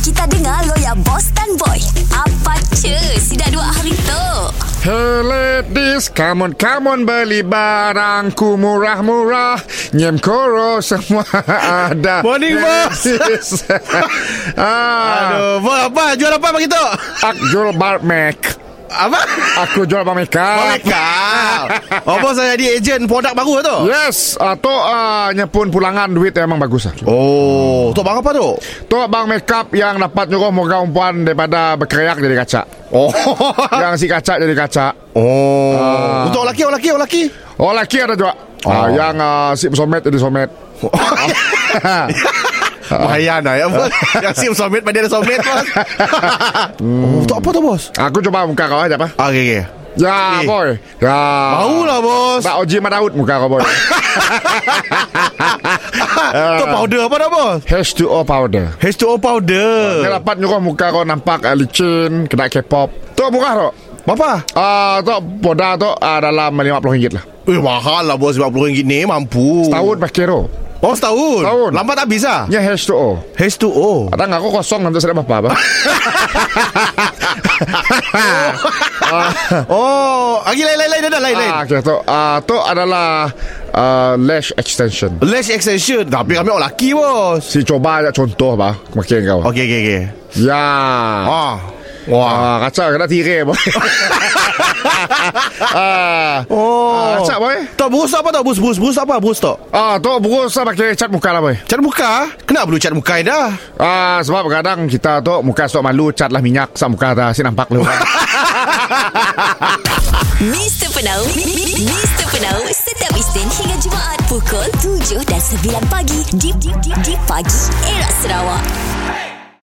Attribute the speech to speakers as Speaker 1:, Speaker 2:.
Speaker 1: Kita dengar lo ya Boss dan Boy Apa cuy Si dah dua hari tu
Speaker 2: Hey ladies, come on, come on beli barangku murah-murah. Nyem koro semua ada.
Speaker 3: Morning, boss.
Speaker 2: Yes. ah,
Speaker 3: Aduh, Bos, apa? Jual apa bagi tu?
Speaker 2: aku jual barmek.
Speaker 3: Apa?
Speaker 2: Aku jual barmekap.
Speaker 3: Makeup. Oh, bos saya jadi ejen produk baru lah tu.
Speaker 2: Yes, atau uh, nyepun pulangan duit emang bagus lah.
Speaker 3: Oh, tu bang apa tu?
Speaker 2: Tu abang makeup yang dapat nyuruh moga umpuan daripada berkeriak jadi kaca.
Speaker 3: Oh.
Speaker 2: yang si kaca jadi kaca.
Speaker 3: Oh. Untuk lelaki, orang lelaki, orang lelaki.
Speaker 2: Oh laki ada juga. Oh.
Speaker 3: Oh.
Speaker 2: yang uh, si somet jadi somet.
Speaker 3: Bahaya nah ya bos. Yang sim summit pada ada summit bos. Oh, untuk apa tu bos?
Speaker 2: Aku cuba muka kau aja apa?
Speaker 3: Ah, Okey okey.
Speaker 2: Ya,
Speaker 3: Eh. lah,
Speaker 2: boy. Ya.
Speaker 3: Baulah bos.
Speaker 2: Tak Oji Madaud oh, muka kau, boy.
Speaker 3: Tu powder apa dah bos?
Speaker 2: H2O powder.
Speaker 3: H2O
Speaker 2: Dia
Speaker 3: powder.
Speaker 2: dapat nyuruh muka kau nampak uh, licin, kena K-pop. Tu murah tu.
Speaker 3: Berapa?
Speaker 2: Ah, tu poda tu ah, dalam RM50 lah.
Speaker 3: Eh mahal lah bos RM50 ni mampu
Speaker 2: Tahun pakai tu.
Speaker 3: Oh setahun
Speaker 2: Setahun.
Speaker 3: Lambat tak habis lah
Speaker 2: Nya H2O.
Speaker 3: H2O
Speaker 2: Ada ngaku kosong nanti sedap apa apa.
Speaker 3: Oh Lagi lain lain lain dah dah, lain lain
Speaker 2: ah, okay, tu. Ah, tu adalah ah, lash extension.
Speaker 3: Lash extension Tapi kami orang lelaki bos
Speaker 2: Si coba aja contoh bah, makin kau.
Speaker 3: Okey okey okey
Speaker 2: Ya.
Speaker 3: Ah Wah
Speaker 2: Ah, kaca kena tirai boy. ah,
Speaker 3: Oh
Speaker 2: Ah, acak, boy.
Speaker 3: Tak burus apa tak Burus burus burus apa Burus tak
Speaker 2: ah, tu berusaha pakai cat muka lah boy.
Speaker 3: Cat muka ah. Kenapa perlu cat muka ni dah
Speaker 2: Ah sebab kadang kita tu muka sok malu cat lah minyak sak muka dah si nampak lu.
Speaker 1: Mr. Penau Mr. Penau Setiap Isnin hingga Jumaat Pukul 7 dan 9 pagi Di, di, di, di pagi Era Sarawak